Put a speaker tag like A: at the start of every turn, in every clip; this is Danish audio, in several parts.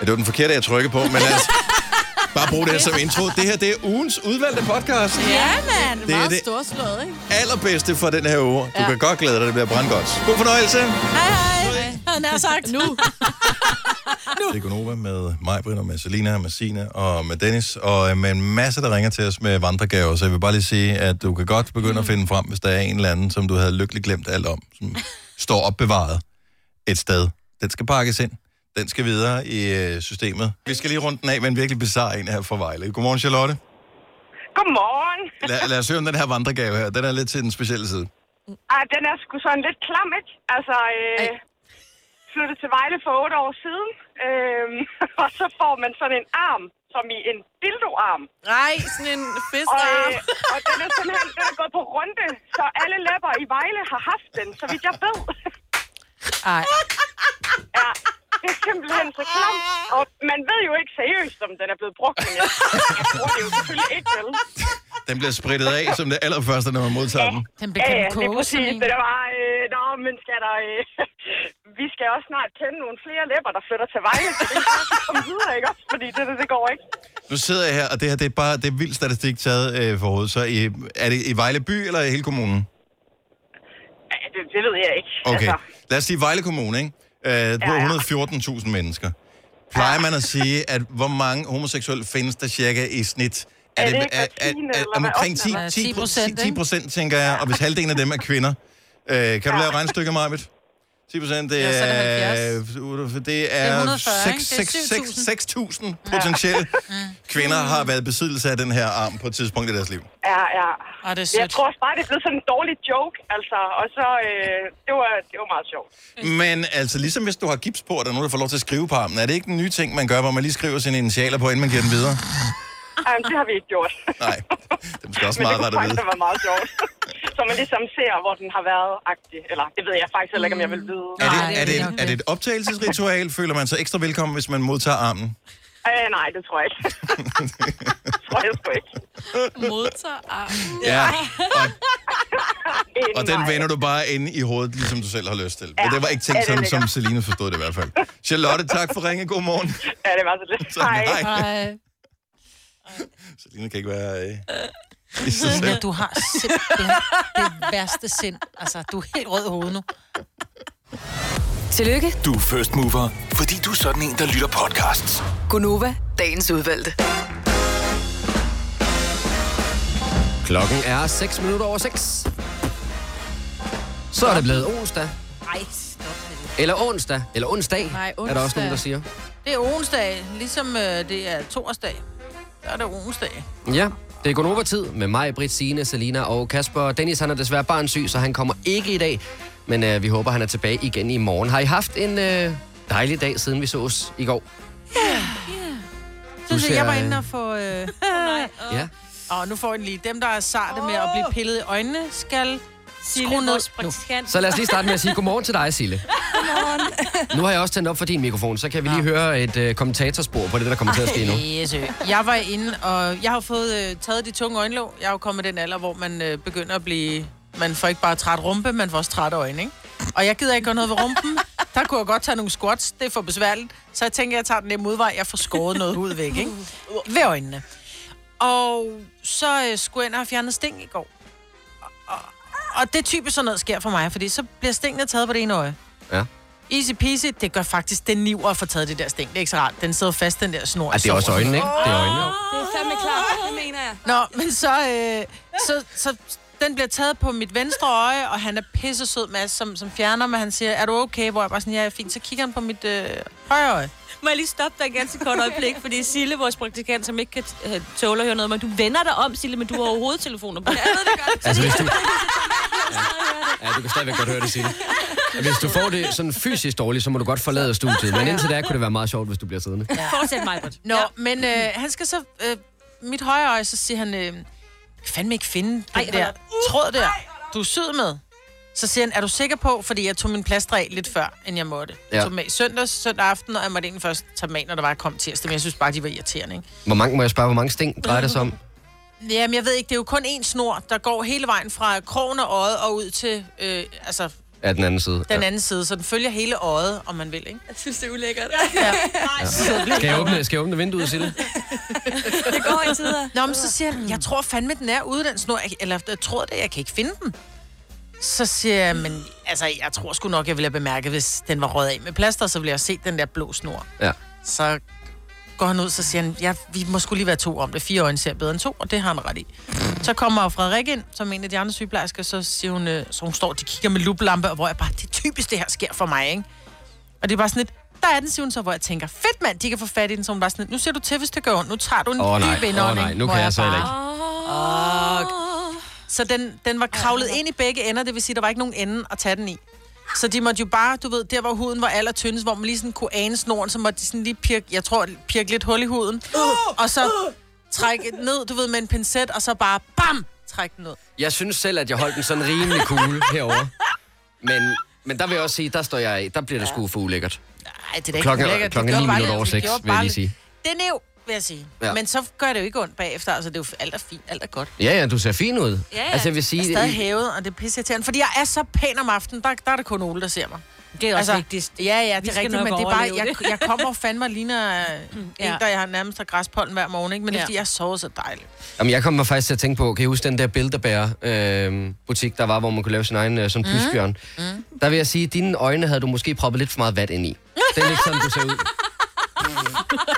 A: det var den forkerte, jeg trykkede på, men altså, bare brug det her som intro. Det her, det er ugens udvalgte podcast.
B: Ja, mand.
A: Det er
B: Meget
A: det-
B: storslået, ikke?
A: Allerbedste for den her uge. Du
B: Ja.
A: kan godt glæde dig, det bliver brandgodt. God fornøjelse.
B: Hej, hej. Han har sagt. Nu.
A: Det er Gunova med mig, Britt, og med Selina, og med Sine og med Dennis, og øh, med en masse, der ringer til os med vandregaver. Så jeg vil bare lige sige, at du kan godt begynde at finde frem, hvis der er en eller anden, som du havde lykkeligt glemt alt om, som står opbevaret et sted. Den skal pakkes ind. Den skal videre i øh, systemet. Vi skal lige runde den af med en virkelig bizarre en her fra Vejle. Godmorgen, Charlotte.
C: Godmorgen.
A: Lad, lad os høre om den her vandregave her. Den er lidt til den specielle side.
C: Ah, den er sgu sådan lidt klam, ikke? Altså, øh, flyttede til Vejle for otte år siden, øh, og så får man sådan en arm, som i en dildoarm.
B: Nej, sådan en
C: Og,
B: fiskearm.
C: øh, og den er simpelthen den er gået på runde, så alle læpper i Vejle har haft den, så vidt jeg ved.
B: Ej.
C: Ja, det er simpelthen så klamt. Og man ved jo ikke seriøst, om den er blevet brugt, men jeg, jeg bruger det jo selvfølgelig ikke, vel?
A: Den bliver sprittet af som det allerførste, når man modtager den.
D: Den blev
C: Ja,
D: kendt
C: ja, det
D: koge,
C: er præcis.
D: sådan en.
C: Det der var, øh, nå, men skal der, øh, vi skal også snart kende nogle flere læpper, der flytter til Vejle. Så det er bare at komme videre, ikke også? Fordi det, det, det går ikke.
A: Nu sidder jeg her, og det her det er bare det er vild statistik taget øh, for hovedet. Så i, er det i Vejle by eller i hele kommunen?
C: Ja, det, det ved jeg ikke.
A: Okay.
C: Altså,
A: Lad os sige Vejle Kommune, ikke? Øh, på
C: Ja, ja.
A: 114.000 mennesker. Plejer man at sige, at hvor mange homoseksuelle findes der cirka i snit?
C: Er det ikke hver tiende, eller hvad?
A: omkring 10,
C: Ottende,
A: 10, 10
D: 10%, ikke?
A: procent, tænker jeg, og hvis halvdelen af dem er kvinder. Øh, kan du lave regnstykket, Marvitt? 10 procent, det
D: Ja, så er det
A: er,
D: 70.
A: det
D: er
A: er
D: 140, ikke? Det er
A: 6.000 6.000 potentielle kvinder
D: Mm.
A: har været i besiddelse af den her arm på et tidspunkt i deres liv.
C: ja, ja.
D: Ej, det er
C: Jeg
D: sødt.
C: tror også bare, det er blevet sådan en dårlig joke, altså. Og så, øh, det, var, det var meget sjovt.
A: Men altså, ligesom hvis du har gips på, og der er nogen, der får lov til at skrive på armen, er det ikke den nye ting, man gør, hvor man lige skriver sine initialer på, inden man giver den videre?
C: Jamen, det har vi ikke gjort.
A: Nej, det er måske også
C: Men
A: meget
C: det kunne
A: rart at
C: faktisk
A: vide.
C: have været meget sjovt. så man ligesom ser, hvor den har været agtig. Eller, det ved jeg faktisk heller ikke, om jeg vil vide.
A: Mm. Er
D: Nej, det
A: det,
D: er
A: er, det,
D: nok
A: er det et optagelsesritual? Føler man sig ekstra velkommen, hvis man modtager armen?
C: Øh, nej, det tror jeg ikke. det tror jeg sgu ikke.
B: Modtager armen.
A: Ja. Og,
C: Øh,
A: og den
C: nej.
A: vender du bare inde i hovedet, ligesom du selv har lyst til. Men
C: Ja,
A: det var ikke
C: ja,
A: tænkt
C: det
A: sådan,
C: ligger.
A: som Celine forstod det i hvert fald. Charlotte, tak for ringe. God morgen.
C: Ja, det var så lidt.
A: Så, nej.
D: Ej.
A: Celine kan ikke være... Øh, i sig
D: Selina,
A: selv.
D: du har simpelthen det værste sind. Altså, du er helt rød i hovedet nu.
E: Tillykke,
F: Du er first mover, fordi du er sådan en, der lytter podcasts.
E: Gunova, dagens udvalgte.
G: Klokken er 6 minutter over 6. Så er det blevet onsdag.
B: Ej, stop med det.
G: Eller onsdag. Eller onsdag,
D: Nej,
G: er der også nogen, der
D: onsdag.
G: siger.
B: Det er onsdag, ligesom øh, det er torsdag. Der er det onsdag.
G: Ja, det er Gonova-tid med mig, Britt, Signe, Selina og Kasper. Dennis han er desværre barnsyg, så han kommer ikke i dag. Men øh, vi håber, han er tilbage igen i morgen. Har I haft en øh, dejlig dag, siden vi sås i går?
B: Så siger,
G: Du ser,
B: jeg var
G: øh,
B: inde og få... Øh,
G: Ja.
B: og nu får jeg den lige. Dem, der er sarte med at blive pillet i øjnene, skal skrue ned. Nu.
G: Så lad os lige starte med at sige godmorgen til dig, Sille. Godmorgen. nu har jeg også tændt op for din mikrofon, så kan vi lige høre et øh, kommentatorspor på det, der kommer til at ske nu.
B: Jesu. Jeg var inde, og jeg har fået øh, taget de tunge øjenlåg. Jeg er jo kommet i den alder, hvor man øh, begynder at blive... Man får ikke bare træt rumpe, man får også træt øjne, ikke? Og jeg gider ikke gøre noget ved rumpen. Der kunne jeg godt tage nogle squats, det er for besværligt. Så jeg tænker, jeg tager den nemme udvej, jeg får skåret noget hud væk, ikke? Ved øjnene. Og så øh, skulle jeg ind og have fjernet sting i går. Og, og det er typisk sådan noget, sker for mig, fordi så bliver stingene taget på det ene øje.
G: Ja.
B: Easy peasy, det gør faktisk den niver at få taget det der sting. Det er ikke så rart. Den sidder fast, den der snor. i
G: Ej, det er også
B: såret.
G: øjnene, ikke? Det er øjnene.
H: Det er fandme klart, det mener jeg.
B: Nå, men så, øh, så, så den bliver taget på mit venstre øje, og han er pisse sød, Mads, som, som fjerner mig. Han siger, er du okay? Hvor jeg bare sådan, ja, jeg er fint. Så kigger han på mit øh, højre øje.
H: Må jeg lige stoppe dig et ganske kort øjeblik, fordi Sille, vores praktikant, som ikke kan øh, tåle at høre noget, men du vender dig om, Sille, men du har jo hovedtelefoner på. Ja, jeg ved det godt.
G: Altså, hvis du... Ja. ja, du kan stadigvæk godt høre det, Signe. Hvis du får det sådan fysisk dårligt, så må du godt forlade studiet. Men indtil da kunne det være meget sjovt, hvis du bliver siddende.
H: Fortsæt mig, Britt.
B: Nå, ja. men øh, han skal så... Øh, mit højre øje, så siger han... Øh, jeg kan fandme ikke finde den
H: Ej,
B: Ej,
H: hold
B: der
H: op. Uh,
B: tråd der, du er syd med. Så siger han, er du sikker på, fordi jeg tog min plaster af lidt før, end jeg måtte. Ja. Jeg
G: Ja.
B: tog dem af i søndags, søndag aften, og jeg måtte egentlig først tage dem af, når der var jeg kom tirsdag, men jeg synes bare, de var irriterende, ikke?
G: Hvor mange, må jeg spørge, hvor mange sting drejer det sig om?
B: Jamen, jeg ved ikke, det er jo kun én snor, der går hele vejen fra krogen og øjet og ud til, øh, altså,
G: af den anden side.
B: Den anden side, så den følger hele øjet, om man vil, ikke?
H: Jeg synes, det er ulækkert.
G: Ja. Skal jeg åbne, skal jeg åbne vinduet, Sille?
H: Det går i tider.
B: Nå, men så siger han, jeg tror fandme, den er ude, den snor. Jeg- Eller jeg tror det, jeg kan ikke finde den. Så siger jeg, men altså, jeg tror sgu nok, jeg ville have bemærket, hvis den var røget af med plaster, så ville jeg have set den der blå snor.
G: Ja.
B: Så går han ud, så siger han, ja, vi må skulle lige være to om det. Fire øjne ser bedre end to, og det har han ret i. Så kommer Frederik ind, som en af de andre sygeplejersker, så siger hun, øh, så hun står, de kigger med luplampe, og hvor jeg bare, det er typisk, det her sker for mig, ikke? Og det er bare sådan lidt, der er den, siger hun så, hvor jeg tænker, fedt mand, de kan få fat i den, så hun bare sådan lidt, nu ser du til, hvis det gør ondt, nu tager du en
G: Åh oh,
B: dyb
G: nej,
B: indånding.
G: åh oh, nej, nu
B: hvor
G: kan jeg så
B: bare-
G: heller ikke.
B: så den, den var kravlet ind i begge ender, det vil sige, der var ikke nogen ende at tage den i. Så de måtte jo bare, du ved, der hvor huden var allertyndest, hvor man lige sådan kunne ane snoren, så måtte de sådan lige pirke, jeg tror, pirke lidt hul i huden. Og så trække den ned, du ved, med en pincet, og så bare bam, trække den ned.
G: Jeg synes selv, at jeg holdt den sådan rimelig cool herover. Men, men der vil jeg også sige, der står jeg af. Der bliver det sgu for ulækkert.
B: Nej, det er da ikke
G: Klokken er-
B: ulækkert. Det
G: klokken er
B: gjorde
G: ni
B: bare lidt-
G: minutter over
B: det
G: seks,
B: gjorde
G: vil jeg
B: bare
G: lige
B: lidt-
G: sige.
B: Det er nev, vil jeg sige.
G: Ja.
B: Ja. Men så gør det jo ikke ondt bagefter, altså det er jo alt er fint, alt er godt.
G: Ja, ja, du ser fin ud.
H: Ja, ja.
G: Altså, jeg vil sige...
B: Jeg er stadig hævet, og det er pisseirriterende, fordi jeg er så pæn om aftenen, der, der er det kun Ole, der ser mig.
H: Det er også altså, vigtigst.
B: Ja, ja, det
H: Vi
B: er
H: skal
B: rigtigt,
H: nok
B: men det er bare,
H: overleve
B: jeg,
H: det.
B: jeg kommer fandme og ligner øh, en, der jeg har nærmest har græspollen hver morgen, ikke? men det er
H: Ja.
B: fordi, jeg sover så dejligt.
G: Jamen, jeg kommer faktisk til at tænke på, kan I huske den der Bilderberg-butik, der var, hvor man kunne lave sin egen øh, sådan pysbjørn? Mm. Der vil jeg sige, at dine øjne havde du måske proppet lidt for meget vat ind i. Det er lidt sådan, du ser ud.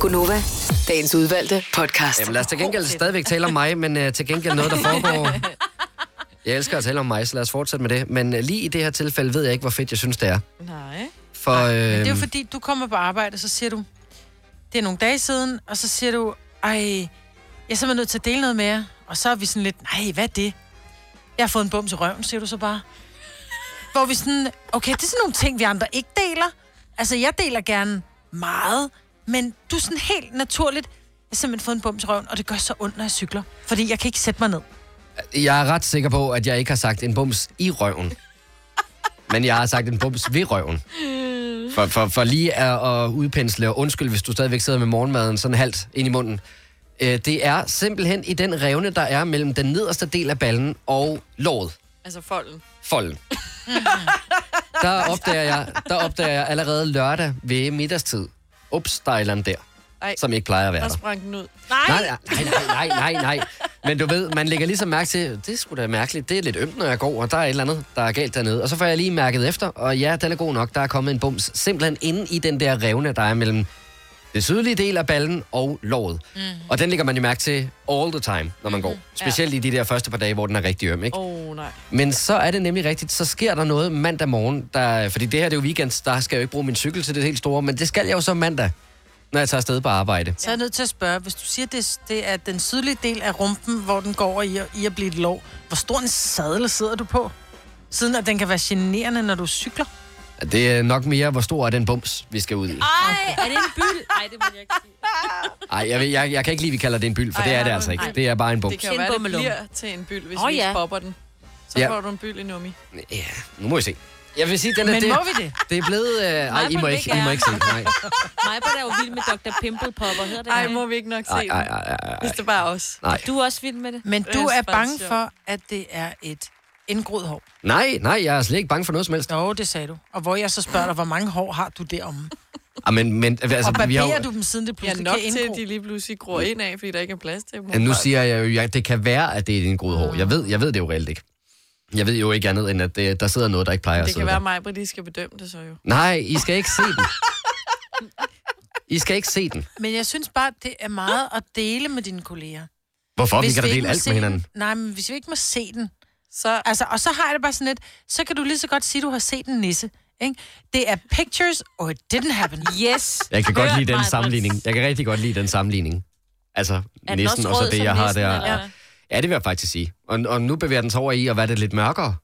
E: Gunova, dagens udvalgte podcast.
G: Jamen lad os til gengæld stadigvæk tale om mig, men øh, til gengæld noget, der foregår... Jeg elsker at tale om mig, så lad os fortsætte med det. Men øh, lige i det her tilfælde ved jeg ikke, hvor fedt jeg synes, det er.
I: Nej.
G: For, øh,
B: Det er jo fordi, du kommer på arbejde, og så siger du, det er nogle dage siden, og så siger du, ej, jeg er simpelthen nødt til at dele noget med jer. Og så er vi sådan lidt, nej, hvad er det? Jeg har fået en bum til røven, siger du så bare. Hvor vi sådan, okay, det er sådan nogle ting, vi andre ikke deler. Altså, jeg deler gerne meget, men du er sådan helt naturligt, jeg har simpelthen fået en bums i røven, og det gør så ondt, når jeg cykler. Fordi jeg kan ikke sætte mig ned.
G: Jeg er ret sikker på, at jeg ikke har sagt en bums i røven. Men jeg har sagt en bums ved røven. For, for, for lige at, at udpensle, og undskyld, hvis du stadigvæk sidder med morgenmaden sådan halvt ind i munden. Øh, Det er simpelthen i den revne, der er mellem den nederste del af ballen og låret.
I: Altså folden.
G: Folden. Der opdager jeg, der opdager jeg allerede lørdag ved middagstid. Ups, der er et eller andet der,
I: Ej.
G: som ikke plejer at være
I: Der
G: der.
I: sprang den ud.
G: Nej, nej, nej, nej, nej, nej. Men du ved, man lægger ligesom mærke til, det er sgu da mærkeligt, det er lidt ømt, når jeg går, og der er et eller andet, der er galt dernede. Og så får jeg lige mærket efter, og ja, den er god nok, der er kommet en bums, simpelthen inde i den der revne, der er mellem det sydlige del af ballen og låret.
I: Mhm.
G: Mm. Og den lægger man jo mærke til all the time, når man går. Specielt i de der første par dage, hvor den er rigtig øm, ikke?
I: Åh, oh, nej.
G: Men så er det nemlig rigtigt, så sker der noget mandag morgen, der, fordi det her det er jo weekend, der skal jeg jo ikke bruge min cykel til det helt store, men det skal jeg jo så mandag, når jeg tager afsted på arbejde.
B: Så er jeg nødt til at spørge, hvis du siger, det, det er den sydlige del af rumpen, hvor den går over i, i at blive et lov, hvor stor en sadel sidder du på? Siden at den kan være generende, når du cykler.
G: Det er nok mere, hvor stor er den bums, vi skal ud i.
H: Ej, er det en byld? Ej, det må jeg ikke sige.
G: Ej, jeg, ved- jeg, jeg kan ikke lide, vi kalder det en byld, for
I: Ej,
G: det er
I: har
G: det
I: du
G: altså
I: en-
G: ikke.
I: Ej.
G: Det er bare en bums.
I: Det kan jo være, det bliver til en byld, hvis
H: Åh,
I: oh, vi ikke
H: ja.
I: popper den. Så
G: Ja.
I: ja. får du en byld i nummi.
G: Ja, nu må vi se. Jeg vil sige, den er
I: Men
G: det,
I: må vi det?
G: Det er blevet... Øh, ej, I må,
H: vil
G: ikke, I må
H: gerne.
G: ikke se. Nej.
H: Mig er jo vild med Dr. Pimple Popper, hedder det
I: Ej,
H: ikke?
I: må vi ikke nok se
G: Ej, ej,
I: den?
G: ej, ej, ej.
I: Hvis det bare er os.
G: Nej.
H: Du er også vild med det.
B: Men
I: Det
B: du
I: er
B: er
I: faktisk
B: altså bange
I: sjovt.
B: for, at det er et indgroet hår.
G: nej, nej, jeg er slet ikke bange for noget som helst.
B: Jo, det sagde du. Og hvor jeg så spørger dig, hvor mange hår har du deromme?
G: Ah, men, men, altså,
B: og
G: vi
B: barberer
G: har, jo-
B: du dem, siden det
I: Ja,
B: pludselig
I: nok
B: kan
I: til,
B: indgro?
I: at de lige pludselig gror ind af, fordi der ikke er plads til dem.
G: Ja, nu siger jeg jo, at det kan være, at det er din gode hår. Jeg ved, jeg ved det jo reelt ikke. Jeg ved jo ikke andet, end at det, der sidder noget, der ikke plejer at
I: Det
G: sidde
I: kan være
G: der.
I: mig, Britt, de skal bedømme det så jo.
G: Nej, I skal ikke se den. I skal ikke se den.
B: Men jeg synes bare, det er meget at dele med dine kolleger.
G: Hvorfor? vi kan da
B: ikke
G: dele
B: må
G: alt
B: se
G: med hinanden.
B: Den, nej, men hvis vi ikke må se den, så... Altså, og så har jeg det bare sådan lidt, så kan du lige så godt sige, du har set en nisse. Ikke? Det er pictures, or it didn't happen.
H: Yes.
G: Jeg kan godt lide den sammenligning. Jeg kan rigtig godt lide den sammenligning. Altså,
H: den
G: næsten
H: også
G: og så
H: rød
G: det,
H: som
G: jeg har
H: nissen,
G: der.
H: eller
G: Ja.
H: hvad?
G: ja, det vil jeg faktisk sige. Og, og nu bevæger den sig over i at være det lidt mørkere.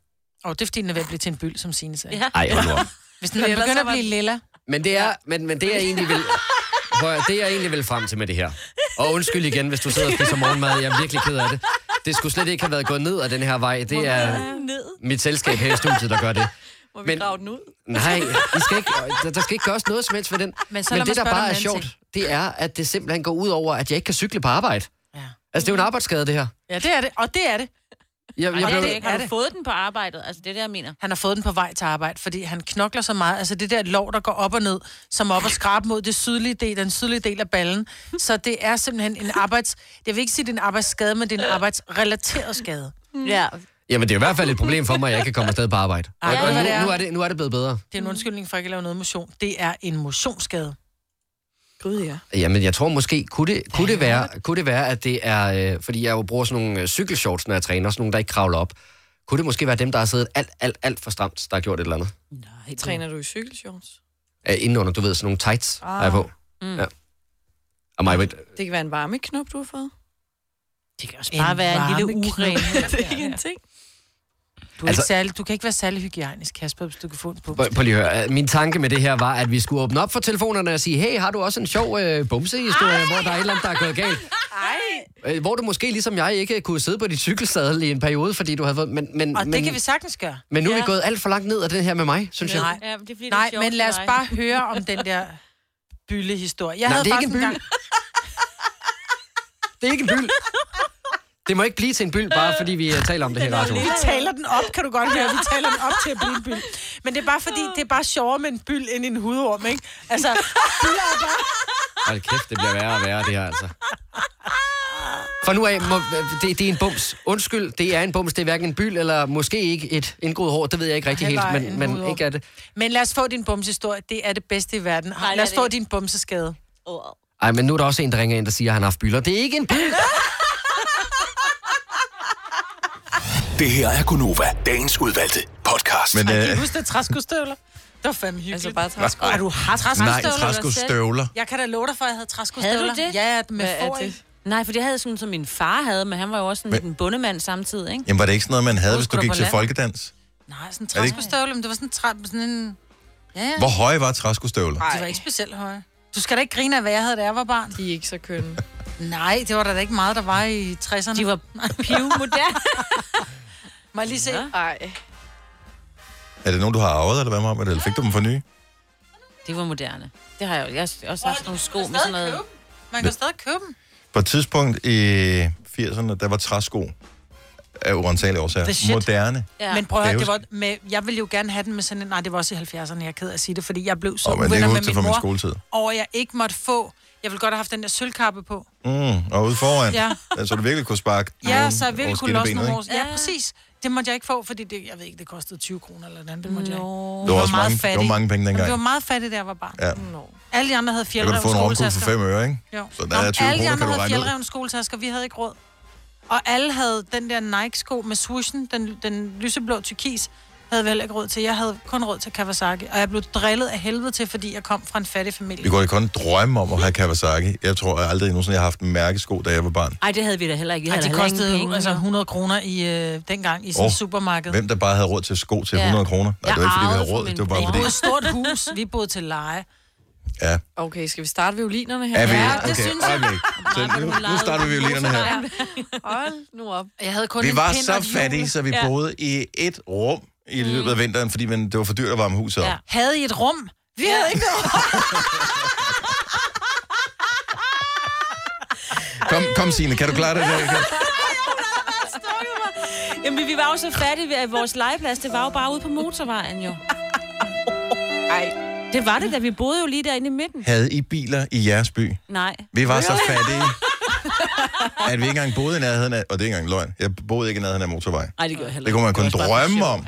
B: Og Oh, det er fordi, den er ved at blive til en byld, som Signe sagde.
H: Ja.
G: Ej, hold nu op.
B: Hvis den begynder at blive lilla.
G: Men det er, men, men det er egentlig vil... Prøv, at- det jeg egentlig vil frem til med det her. Og undskyld igen, hvis du sidder og spiser morgenmad. Jeg er virkelig ked af det. Det skulle slet ikke have været gået ned ad den her vej. Det er
I: Ned.
G: mit selskab her i studiet, der gør det.
I: Må vi
G: Men-
I: grave den ud?
G: Nej, I skal ikke, der, der skal ikke gøres noget som helst ved den.
B: Men
G: Men,
B: så
G: så Men
B: lad mig
G: det, der
B: spørge dig
G: bare
B: om
G: er
B: en anden
G: sjovt, det er, at det simpelthen går ud over, at jeg ikke kan cykle på arbejde. Ja. Altså, det er jo en arbejdsskade, det her.
B: Ja, det er det. Og det er Mm. det.
G: Jeg,
H: Ej,
G: jeg
H: det er
G: blev,
H: det ikke. Har du fået den på arbejdet? Altså, det er det, jeg mener.
B: Han har fået den på vej til arbejde, fordi han knokler så meget. Altså det der lov, der går op og ned, som er op og skrabe mod det sydlige del, den sydlige del af ballen. Så det er simpelthen en arbejds... Jeg vil ikke sige, det er en arbejdsskade, men det er en arbejdsrelateret skade.
H: Ja.
G: Jamen, det er i hvert fald et problem for mig, at jeg ikke kan komme afsted på arbejde.
B: Ej,
G: Ej, og,
B: ved du,
G: og nu,
B: hvad det er?
G: nu, er det, nu er det blevet bedre.
B: Det er en undskyldning for ikke at lave noget motion. Det er en motionsskade.
I: Gud, ja.
G: Jamen, jeg tror måske, kunne det, kunne det, være, kunne det være, at det er... Øh, fordi jeg jo bruger sådan nogle øh, cykelshorts, når jeg træner, sådan nogle, der ikke kravler op. Kunne det måske være dem, der har siddet alt, alt, alt for stramt, der har gjort et eller andet?
I: Træner du i cykelshorts?
G: Øh, indenunder, du ved, sådan nogle tights, ah.
I: Ah.
G: har jeg på.
I: Mm.
G: Ja. Og mig, ved,
I: Det kan være en varmeknop, du har fået.
B: Det kan også
H: bare være en lille uren.
I: det er ikke en ting.
B: Du, er altså,
G: Altså-
B: ikke særlig, du kan ikke være særlig hygiejnisk, Kasper, hvis du kan få en bums.
G: Prøv, prøv lige at høre. Øh, Min tanke med det her var, at vi skulle åbne op for telefonerne og sige, hey, har du også en sjov øh, bumsehistorie,
B: Ah.
G: hvor der er et eller andet, der er gået galt? Øh, Hvor du måske, ligesom jeg, ikke kunne sidde på dit cykelsadel i en periode, fordi du havde fået... Men, men,
B: Og det
G: men,
B: kan vi sagtens gøre.
G: men nu er vi gået alt for langt ned af den her med mig, synes jeg.
B: Nej,
H: Ja, men det er fordi, det
B: Nej
H: er sjovt
B: men lad os
H: for dig.
B: bare høre om den der byllehistorie. Jeg
G: Nej,
B: havde
G: det er ikke
B: faktisk
G: en
B: engang-
G: Det er ikke en byld. Det må ikke blive til en byld, bare fordi vi øh, taler om det her i radioen.
B: Vi taler den op, kan du godt høre. Vi taler den op til at blive en byld. Men det er bare fordi, det er bare sjovere med en byld end en hudorm, ikke? Altså, byller er bare...
G: Hold kæft, det bliver værre og værre, det her altså. For nu af, må, øh, det, det er en bums. Undskyld, det er en bums. Det er hverken en byld eller måske ikke et indgroet hår. Det ved jeg ikke rigtig helt,
B: Heller en
G: men, men
B: hudorm.
G: ikke er det.
B: Men lad os få din bumsehistorie. Det er det bedste i verden.
H: Nej, det
B: lad
H: er
B: os
H: det
B: få
H: ikke.
B: din bumseskade.
H: Oh.
G: Ej, men nu er der også en, der ringer ind, der siger, at han har haft bylder. Det er ikke en byld.
F: Det her er Gunova, dagens udvalgte podcast.
A: Men,
B: Ej,
A: øh,
B: kan I huske det træskostøvler? Det var fandme hyggeligt.
I: Altså bare træsko.
B: Ej, du har træskostøvler?
A: Nej, træskostøvler.
B: Jeg kan da love dig for, at jeg havde træskostøvler.
H: Havde du det?
B: Ja, med
H: Hvad er
B: for i.
H: det? Nej, for det havde jeg sådan, som min far havde, men han var jo også sådan
A: Men-
H: en bundemand samtidig, ikke?
A: Jamen, var det ikke sådan noget, man havde, hvis du
H: Skulle du
A: gik
H: på
A: til
H: land?
A: folkedans?
B: Nej, sådan en
A: Er det ikke-
B: træskostøvle, men det var sådan en, træ, sådan en... Ja, ja.
A: Hvor høje var træskostøvler?
B: De var ikke specielt høje. Du skal da ikke grine af, hvad jeg havde, da jeg var barn. De er ikke så kønne. Nej, det var der da ikke meget, der var i 60'erne. De var pivmoderne. Må jeg lige se? Nej.
A: Er det nogen, du har arvet, eller hvad med det? Eller fik du dem for nye?
H: Det var moderne. Det har jeg jo. Jeg har også haft nogle sko med sådan noget.
B: Man kan stadig købe dem.
A: På et tidspunkt i 80'erne, der var træsko af urensagelige
B: The
A: årsager.
B: shit.
A: Moderne.
B: Ja. Men prøv at høre,
A: Kan
B: det
A: jeg
B: var med, jeg ville jo gerne have den med sådan en... Nej, det var også i 70'erne, jeg er ked af at sige det, fordi jeg blev så
A: Åh,
B: oh,
A: men det
B: uvenner
A: kan jeg
B: med
A: huske
B: min
A: fra min
B: mor,
A: skoletid.
B: over at jeg ikke måtte få... Jeg ville godt have haft den der sølvkappe på.
A: Mm, og ude foran,
B: Ja.
A: ja. så du virkelig kunne sparke
B: Ja,
A: nogen
B: så jeg
A: over
B: ville kunne losse
A: skinnebenet,
B: nogle
A: ikke?
B: år. Ja, præcis. Det måtte jeg ikke få, fordi det, jeg ved ikke, det kostede 20 kroner eller noget andet. Det måtte jeg ikke.
A: Det var også mange- det var mange penge dengang.
B: Det var meget fattig, da jeg var barn.
A: Ja.
B: Alle de andre havde
A: Der kan du
B: fjeldrevne
A: få en romkugle
B: skoletasker.
A: for 5 øre, ikke?
B: Jo.
A: Så der er 20
B: alle de
A: kroner, kan
B: andre
A: du
B: havde
A: regne ud.
B: fjeldrevne skoletasker, vi havde ikke råd. Og alle havde den der Nike-sko med swooshen, den, den lyseblå turkis, havde vi heller ikke råd til. Jeg havde kun råd til Kawasaki, og jeg blev drillet af helvede til, fordi jeg kom fra en fattig familie.
A: Vi kunne kun drømme om at have Kawasaki. Jeg tror jeg aldrig nogensinde, jeg har haft en mærkesko, da jeg var barn.
H: Ej, det havde vi da heller ikke. Vi
B: Ej,
H: havde
B: de
H: da heller ingen
B: kostede jo
H: penge.
B: altså 100 kroner i øh, dengang i sådan et
A: Åh,
B: supermarked.
A: Hvem der bare havde råd til sko til
B: Ja.
A: 100 kroner? Nej,
B: Jeg
A: det var ikke, fordi vi
B: arvede
A: havde råd.
B: fra
A: Det var bare
B: Det var et
A: fordi...
B: stort hus, vi boede til leje.
A: Ja.
I: Okay, skal vi starte violinerne her?
A: Er vi? Okay, øjeblik. Så nu, nu starter vi violinerne her.
I: Hold nu op.
B: Jeg havde kun
A: Vi var så fattige, så vi boede i et rum i
H: Mm.
A: løbet af vinteren, fordi man, det var for dyrt at varme huset op.
B: Ja. Havde I et rum? Vi havde ikke noget rum.
A: Kom, kom Signe, kan du klare det? Der?
H: Jamen, vi var jo så fattige, at vores legeplads, det var jo bare ude på motorvejen, jo. Ej. Det var det, da vi boede jo lige derinde i midten.
A: Havde I biler i jeres by?
H: Nej.
A: Vi var så fattige, at vi ikke engang boede i nærheden af... Og det er ikke engang løgn. Jeg boede ikke i nærheden af motorvej.
H: Nej, det gjorde jeg heller
A: Det kunne man
H: ikke.
A: kun
H: var også bare
A: drømme
H: for sjov.
A: om.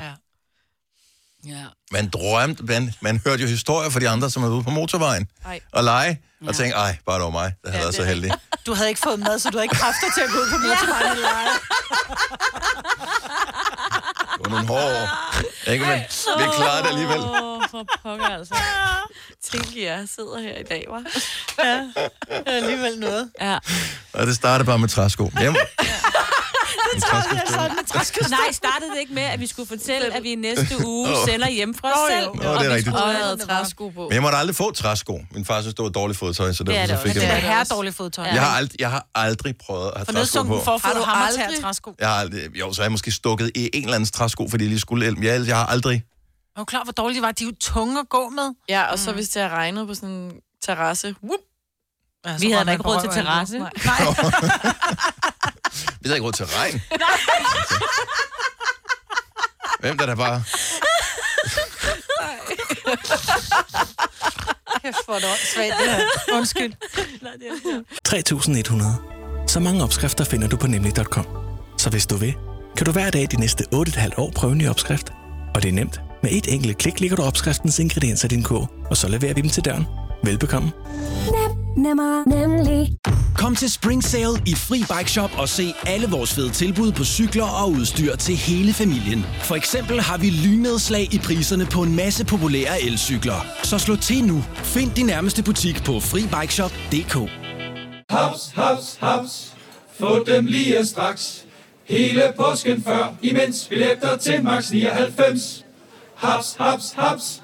H: Ja. Ja.
A: Man drømte, man, man hørte jo historier fra de andre, som var ude på motorvejen
B: Ej.
A: og lege, og tænkte, ej, bare det var mig, der havde været så heldig.
B: Du havde ikke fået mad, så du havde ikke kræfter til at gå ud på motorvejen og lege.
A: Det var nogle hårde år. Ikke, men vi klarede det alligevel.
I: Åh, for pokker altså. Tænk, jeg sidder her i dag, var.
B: Ja, det er alligevel noget.
H: Ja.
A: Og det startede bare med træsko. Jamen,
H: Det
A: startede jeg sådan
B: med
H: træskostøvler. Nej, startede det ikke med, at vi skulle fortælle, at vi i næste uge sender hjem fra os selv?
A: Nå, det er rigtigt.
H: Og
A: Og
H: vi
A: jeg
H: havde
I: havde
H: træsko på.
A: men jeg måtte aldrig få træsko. Min far synes, det var dårligt fodtøj, så
B: Det
A: derfor
B: er
A: så
B: det
A: fik
B: også.
A: jeg
B: Det er
A: dem.
B: her dårligt fodtøj.
A: Jeg har, aldrig, jeg har aldrig prøvet at have
B: For
A: træsko
B: nedsungen
A: på.
B: for at få
I: Har du
B: hammer til at
I: aldrig?
B: træsko.
A: Jeg har aldrig, jo, så har jeg måske stukket i en eller anden træsko, fordi jeg lige skulle elme. Jeg, jeg har aldrig...
B: Er du klar, hvor dårlige de var? De er jo tunge at gå med.
I: Ja, og så hvis det har regnet på sådan en terrasse. Whoop.
B: så Altså, røg man på røv og alvor.
I: Nej.
A: Vi havde ikke råd til regn. Altså. Hvem der der bare...
B: Kæft, hvor er det svært, det her. Undskyld.
J: 3.100. Så mange opskrifter finder du på nemlig.com. Så hvis du vil, kan du hver dag de næste 8,5 år prøve en ny opskrift. Og det er nemt. Med et enkelt klik ligger du opskriftens ingredienser i din kog, og så leverer vi dem til døren. Velbekomme.
K: Nemmer, nemlig.
L: Kom til Spring Sale i Fri Bike Shop og se alle vores fede tilbud på cykler og udstyr til hele familien. For eksempel har vi lynedslag i priserne på en masse populære elcykler. Så slå til nu. Find din nærmeste butik på FriBikeShop.dk
M: Haps, haps, haps. Få dem lige straks. Hele påsken før, imens billetter til max 99. Haps, haps, haps.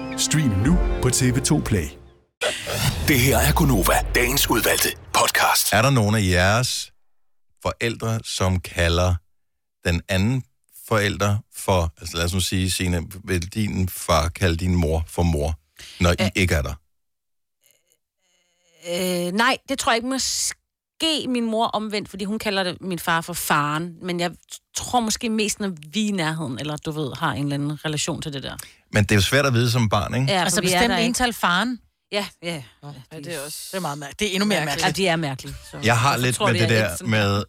N: Stream nu på TV2 Play.
F: Det her er Gonova, dagens udvalgte podcast.
A: Er der nogen af jeres forældre, som kalder den anden forælder for... Altså lad os nu sige, Signe, vil din far kalde din mor for mor, når I ikke er der?
H: Øh, nej, det tror jeg ikke måske min mor omvendt, fordi hun kalder det min far for faren. Men jeg tror måske mest, når vi er i nærheden, eller du ved, har en eller anden relation til det der.
A: Men det er jo svært at vide som barn, ikke?
H: Ja,
B: Mm. Altså
H: for vi er
B: bestemt
H: der ikke.
B: ental faren.
H: Ja, ja.
I: ja det er også...
B: Det er meget mærkeligt. Det er endnu mere mærkeligt.
H: Ja, de er mærkelige. Så.
A: Jeg har
H: så
A: lidt
H: tror
A: med
H: vi,
A: det
H: jeg er
A: der
H: lidt sådan-
A: med,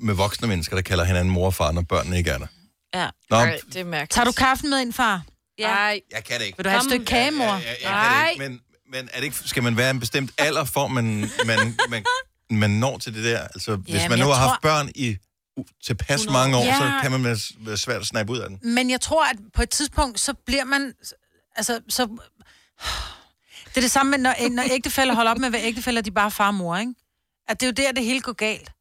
A: med voksne mennesker, der kalder hinanden mor og far, når børnene ikke er der.
H: Ja.
A: Nå.
B: det er mærkeligt. Tager du kaffen med ind, far? Ja. Ej.
A: Jeg kan det ikke.
B: Vil du have et
A: Kom.
B: stykke kage, mor?
A: Ja, ja, jeg kan det ikke, men, men er det ikke, skal man være en bestemt alder, for man, man, man, man når til det der? Altså, ja, hvis
B: men
A: man nu har tror...
B: jeg
A: haft
B: tror-
A: børn i u- tilpas mange år, ja. så
B: Ja.
A: kan man være s- være svært at snappe ud af den.
B: Men jeg tror, at på et tidspunkt, så bliver man... Altså, så... Det er det samme med, når, når ægtefælder holder op med at være ægtefælder, de er bare far og mor, ikke? At det er jo der, det hele går galt.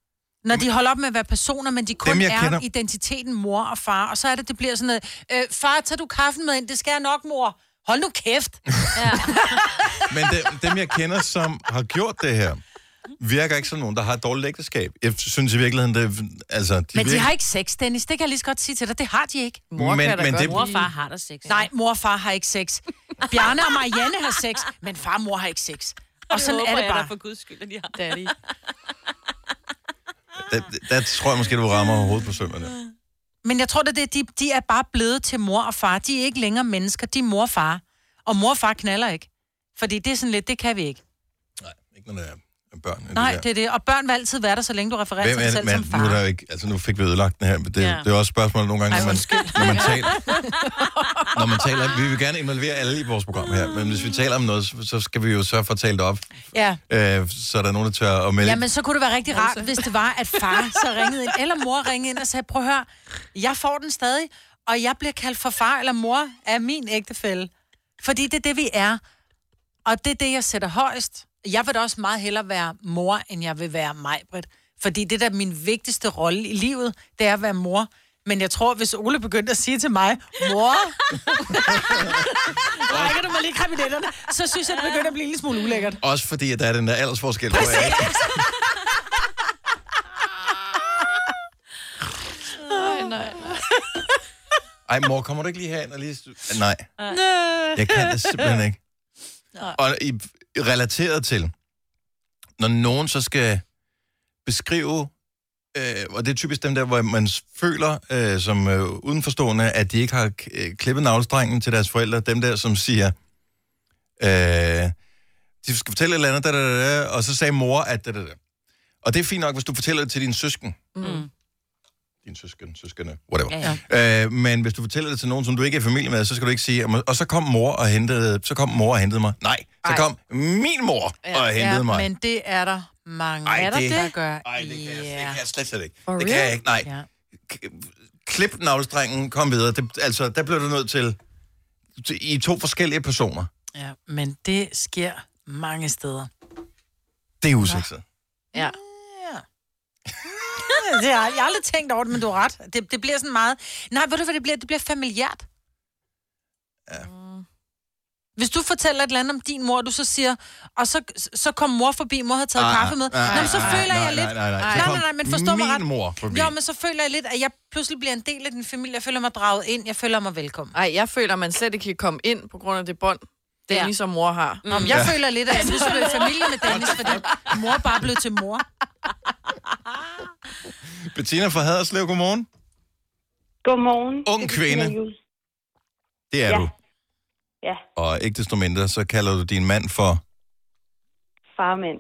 B: Når de holder op med at være personer, men de kun
A: Dem, jeg
B: er
A: kender-
B: identiteten mor og far. Og så er det, det bliver sådan noget, øh, far, tager du kaffen med ind? Det skal jeg nok, mor. Hold nu kæft.
A: Men dem, dem, jeg kender, som har gjort det her, virker ikke som nogen, der har et dårligt ægteskab. Jeg synes i virkeligheden, det er- altså... De
B: Men de
A: virker-
B: har ikke sex, Dennis. Det kan jeg lige så godt sige til dig. Det har de ikke.
A: Mor Men- kan da men godt. det- Mor og far
B: har der sex. Nej, mor og far har ikke sex. Bjarne og Marianne har sex, men far og mor har ikke sex. Og sådan
I: håber
B: er det
I: jeg da
B: bare.
I: for guds skyld, at de har. Daddy.
A: Der, der tror jeg måske, du rammer hovedet på sømmerne.
B: Men jeg tror, det er, det. de, de er bare blevet til mor og far. De er ikke længere mennesker, de er mor og far. Og mor og far knaller ikke. Fordi det er sådan lidt, det kan vi ikke.
A: Ikke når det er børn. eller
B: Nej,
A: der.
B: det er det. Og børn vil altid være der, så længe du refererer til
A: Hvem
B: dig
A: er
B: Altså, selv
A: det, man,
B: som far.
A: nu, er der jo ikke, altså, nu fik vi ødelagt den her, men det,
B: Ja.
A: ja. det er jo også spørgsmålet nogle gange, når man, når man taler. når man taler, vi vil gerne involvere alle i vores program her, men hvis vi taler om noget, så- så skal vi jo sørge for at tale det op,
B: Ja.
A: øh, så der er nogen, der tør at melde.
B: Jamen, så kunne det være rigtig rart, hvis det var, at far så ringede ind, eller mor ringede ind og sagde, prøv at høre, jeg får den stadig, og jeg bliver kaldt for far eller mor af min ægtefælle. Fordi det er det, vi er. Og det er det, jeg sætter højst. Jeg vil da også meget hellere være mor, end jeg vil være Majbrit. Fordi det, der er min vigtigste rolle i livet, det er at være mor. Men jeg tror, hvis Ole begyndte at sige til mig, mor, rækker du mig lige kriminellerne, så synes jeg, det begynder at blive en lille smule ulækkert.
A: Også fordi, at der er den der aldersforskel. hvor jeg ikke-
I: Nej, nej, nej.
A: Ej, mor, kommer du ikke lige herind og lige... stu- Nej, jeg kan det simpelthen ikke. Og i, relateret til, når nogen så skal beskrive, øh, og det er typisk dem der, hvor man s- føler øh, som øh, udenforstående, at de ikke har k- øh, klippet navlestrengen til deres forældre, dem der, som siger, øh, de skal fortælle et eller andet, da, da, da, da, og så sagde mor, at da, da, da. Og det er fint nok, hvis du fortæller det til dine søsken.
C: Mm.
A: Dine søsken, søskende, whatever. Øh, men hvis du fortæller det til nogen, som du ikke er i familie med, så skal du ikke sige, "Jamen, og så kom mor og hentede, så kom mor og hentede mig. Nej, så
B: Ej.
A: kom min mor og hentede mig.
B: men det er der mange,
A: Ej,
B: er der
A: det-
B: det, der gør.
A: Ej, det kan, jeg, det kan jeg slet, slet ikke.
B: For
A: det kan
B: real?
A: jeg ikke, nej.
B: Ja.
A: K- Klip navlestrengen, kom videre. Det, altså, der blev du nødt til, til- i to forskellige personer.
B: Ja, men det sker mange steder.
A: Det er usikset.
B: Ja. Det har jeg- jeg har aldrig tænkt over det, men du har ret. Det, det bliver sådan meget... Nej, ved du hvad det bliver? Det bliver familiært. Ja. Hvis du fortæller et eller andet om din mor, og du så siger, og så, så kom mor forbi, mor havde taget
A: Ah,
B: kaffe med.
A: ah, ah,
B: Nå, men så
A: ah,
B: føler
A: nej,
B: jeg
A: nej,
B: lidt...
A: nej, nej. Så
B: nej,
A: kom
B: nej, nej, men forstå mig
A: min
B: ret.
A: mor forbi.
B: Jo, men så føler jeg lidt, at jeg pludselig bliver en del af din familie. Jeg føler mig draget ind. Jeg føler mig velkommen.
C: Nej, jeg føler, at man slet ikke kan komme ind på grund af det bånd, Dennis og mor har.
B: Nå, men jeg ja. føler lidt, at jeg nu skal være i familie med Dennis, fordi mor bare blev til mor.
A: Bettina fra Haderslev, godmorgen.
D: Godmorgen.
A: Ung kvinde. Det er
D: Ja.
A: du.
D: Ja,
A: Og ikke desto mindre, så kalder du din mand for...
D: farmand.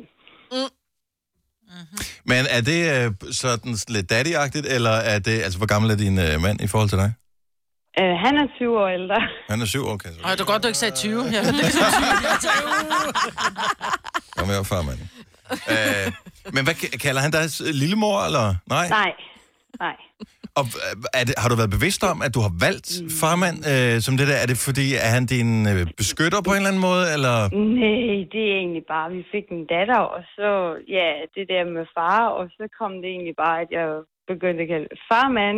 D: Mm.
A: Men er det øh, sådan lidt daddy eller er det... Altså, hvor gammel er din øh, mand i forhold til dig?
D: Øh, han er 20 år ældre.
A: Han er syv, okay. Så
B: Ej, det er godt, du ikke sagde 20. Ja, det er ligesom 20.
A: kom her, farmand. øh, men hvad ka- kalder han dig? s- Lillemor, eller? Nej.
D: Nej, nej.
A: Og øh, er det, har du været bevidst om, at du har valgt farmand øh, som det der? Er det fordi, er han din øh, beskytter på en eller anden måde, eller...
D: Nej, det er egentlig bare, vi fik en datter, og så, ja, det der med far, og så kom det egentlig bare, at jeg begyndte at kalde farmand.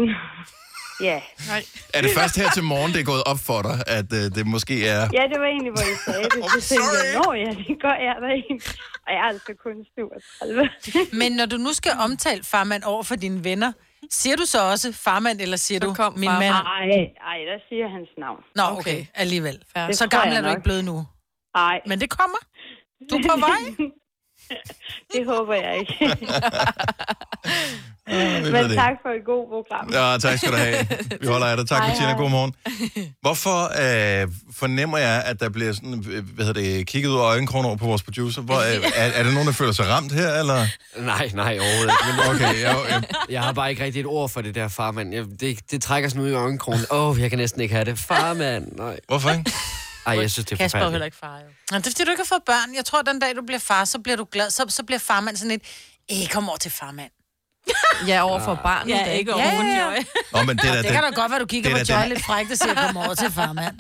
D: ja. Nej.
A: Er det først her til morgen, det er gået op for dig, at øh, det måske er...
D: Ja, det var egentlig, hvor I sagde det. Så tænkte jeg, nå ja, det gør jeg da egentlig. Og jeg er altså kun 37.
B: Men når du nu skal omtale farmand over for dine venner, siger du så også farmand, eller siger du min mand?
D: Ej, ej, der siger hans navn.
B: Nå, okay, alligevel.
D: Ah, Det
B: Så
D: tror
B: gammel
D: jeg
B: er du
D: nok.
B: ikke blevet nu.
D: Nej.
B: Men det kommer. Du er på vej.
D: det håber jeg ikke.
A: vi øh, ved
D: Men
A: det
D: tak for et godt program.
A: Ja, tak skal du have. Vi holder af dig. Tak,
D: Hej,
A: Bettina.
D: hej.
A: God morgen. Hvorfor øh, fornemmer jeg, at der bliver sådan, øh, hvad hedder det, kigget ud af øjenkroner over på vores producer? Hvor, øh, er, er der nogen, der føler sig ramt her, eller?
G: Nej, nej, overhovedet ikke. Men
A: okay, jeg, jeg...
G: jeg har bare ikke rigtig et ord for det der, farmand. Jeg, det, det trækker sådan ud i øjenkrogen. Åh, oh, jeg kan næsten ikke have det. Farmand, nej.
A: Hvorfor ikke?
G: Ej, jeg synes, det er
B: Kasper er jo heller ikke
G: forfærdeligt.
B: far, jo. Nå, det er fordi, du ikke har fået børn. Jeg tror, den dag, du bliver far, så bliver du glad. Så, så bliver farmand sådan lidt, æh, kom over til farmand.
C: Ja, over for barnet.
B: Ja,
C: da,
B: ikke over for Joy.
A: Nå, men det, er da
B: Det,
A: den-
B: kan da godt være, du kigger
G: det er
B: på
G: da
B: Joy
G: den-
B: lidt frækt og siger, kom over til farmand.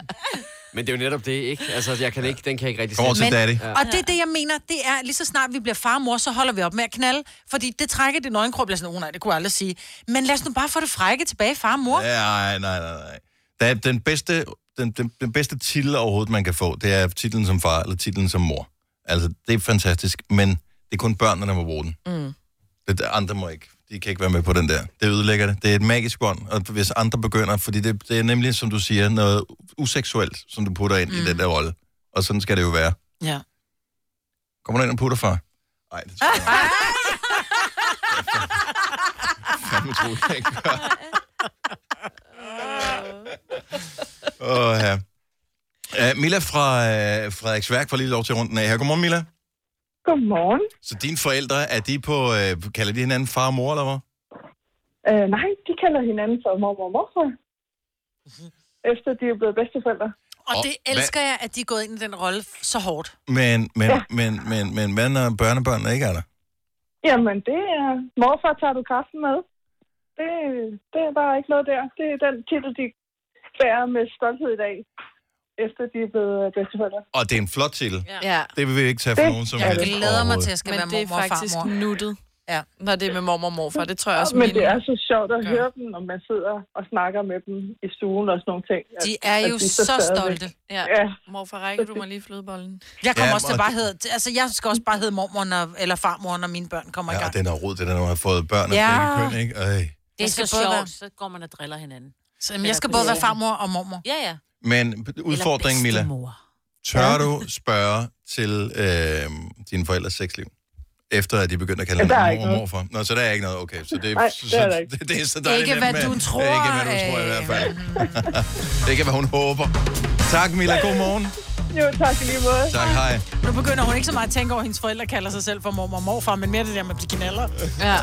G: Men det er jo netop det, ikke? Altså, jeg kan ikke, den kan jeg ikke rigtig
A: Kom over
G: sætte.
A: til daddy.
G: Ja.
B: Og det er det, jeg mener, det er, lige så snart vi bliver far og mor, så holder vi op med at knalde, fordi det trækker det nøgenkrog, bliver sådan, oh, nej, det kunne jeg aldrig sige. Men lad os nu bare få det frække tilbage, far og mor.
A: Nej, nej, nej, nej. Der er den bedste, den, den, den bedste titel overhovedet, man kan få, det er titlen som far eller titlen som mor. Altså, det er fantastisk, men det er kun børnene, der må bruge den.
O: Mm.
A: Det, det- andre må ikke. De kan ikke være med på den der. Det ødelægger det. Det er et magisk bånd, og hvis andre begynder, fordi det, det er nemlig, som du siger, noget useksuelt, som du putter ind mm. i den der rolle. Og sådan skal det jo være.
B: Ja.
A: Kommer du ind og putter far? Nej, det tror jeg ikke. Fandme troede jeg ikke. Åh, ja. Uh, Mila fra uh, Frederiks Værk får lige lov til at runde den af her. Godmorgen, Mila.
P: Godmorgen.
A: Så dine forældre, er de på, uh, kalder de hinanden far og mor, eller hvad?
P: Øh, nej, de kalder hinanden for mormor og morfar. Efter de er blevet bedsteforældre.
B: Og
A: Og
B: det
A: hvad-
B: elsker jeg, at de er gået ind i den rolle f- så hårdt.
A: Men, men, ja. men, men, men hvad når børnebørnene ikke er der?
P: Jamen, det er... Morfar tager du kaffen med. Det, det er bare ikke noget der. Det er den titel, de bærer med stolthed i dag, efter de er blevet øh, bedsteforældre.
A: Og det er en flot titel.
C: Ja.
A: Det vil vi ikke tage for
P: Det-
A: nogen som
P: Ja,
A: helst.
P: det glæder mig
A: overhovedet.
P: til at
C: Men
P: være
C: det er
P: mormor og
C: faktisk
P: farmor.
C: nuttet.
B: Ja.
C: Når det er med mormor og morfar, det tror jeg også,
P: Men
C: mine-
P: det er så sjovt at høre dem, når man sidder og snakker med dem i stuen og sådan nogle ting.
B: De er jo
P: står
B: så
P: stadigvæk-
B: stolte.
C: Ja.
P: ja.
C: Morfar, rækker du mig lige flødebollen?
B: Jeg kommer
A: Ja,
B: ja, også til
A: og-
B: bare hedde, altså jeg skal også bare hedde mormor når, eller farmor, når mine børn
P: oh
B: kommer i
A: Ja,
B: gang.
A: og den er rod, den er, når man har fået børn af
B: Ja.
A: begge køn, ikke? Øj.
H: Det er
B: Jeg skal
H: så
B: både
H: sjovt,
B: være-
H: så går man og driller hinanden.
B: Så, jamen, jeg skal både være farmor og mormor.
H: Ja, ja.
A: Men udfordringen, Mila. Tør du spørge til øh, dine forældres sexliv? Efter at de begyndte at kalde
P: Ja, der er
A: hinanden
P: ikke
A: mor og
P: noget.
A: morfar. Nå, så der er ikke noget. Okay, så det,
P: Nej,
A: så,
P: det er der ikke.
A: det, det er så
P: Ikke,
A: dejligt. nemt
P: hvad
A: med-
P: du tror, øh.
A: Ikke hvad du
B: øh,
A: tror i hvert fald. det kan være, hun håber. Tak, Mila. God morgen.
P: Jo, tak i lige måde.
A: Tak, hej.
B: Nu begynder hun ikke så meget at tænke over, at hendes forældre kalder sig selv for mormor og morfar, men mere det der med at blive knaller.
C: Ja.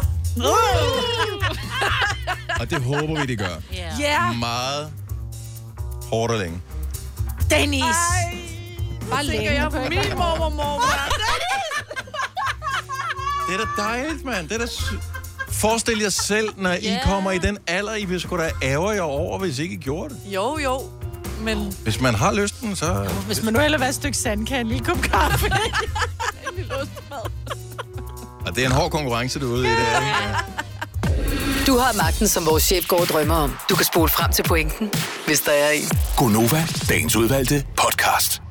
A: Og det håber vi, de gør.
B: Ja. Yeah.
A: Meget hårdt og længe.
B: Dennis! Ej, bare
C: tænker jeg på min mormor og morfar.
A: Det er da dejligt, mand. Det er da sy- Forestil jer selv, når I
C: Ja.
A: kommer i den alder, I vil sgu da ærger jer over, hvis ikke I gjorde det.
C: Jo, jo. Men
A: Hvis man har lysten, så...
B: Hvis man nu hellere vil have et stykke sandkage, en lille kop kaffe.
A: Og det er en hård konkurrence, du er ude i det. er det ikke?
E: Du har magten, som vores chef går og drømmer om. Du kan spole frem til pointen, hvis der er en.
N: Gonova, dagens udvalgte podcast.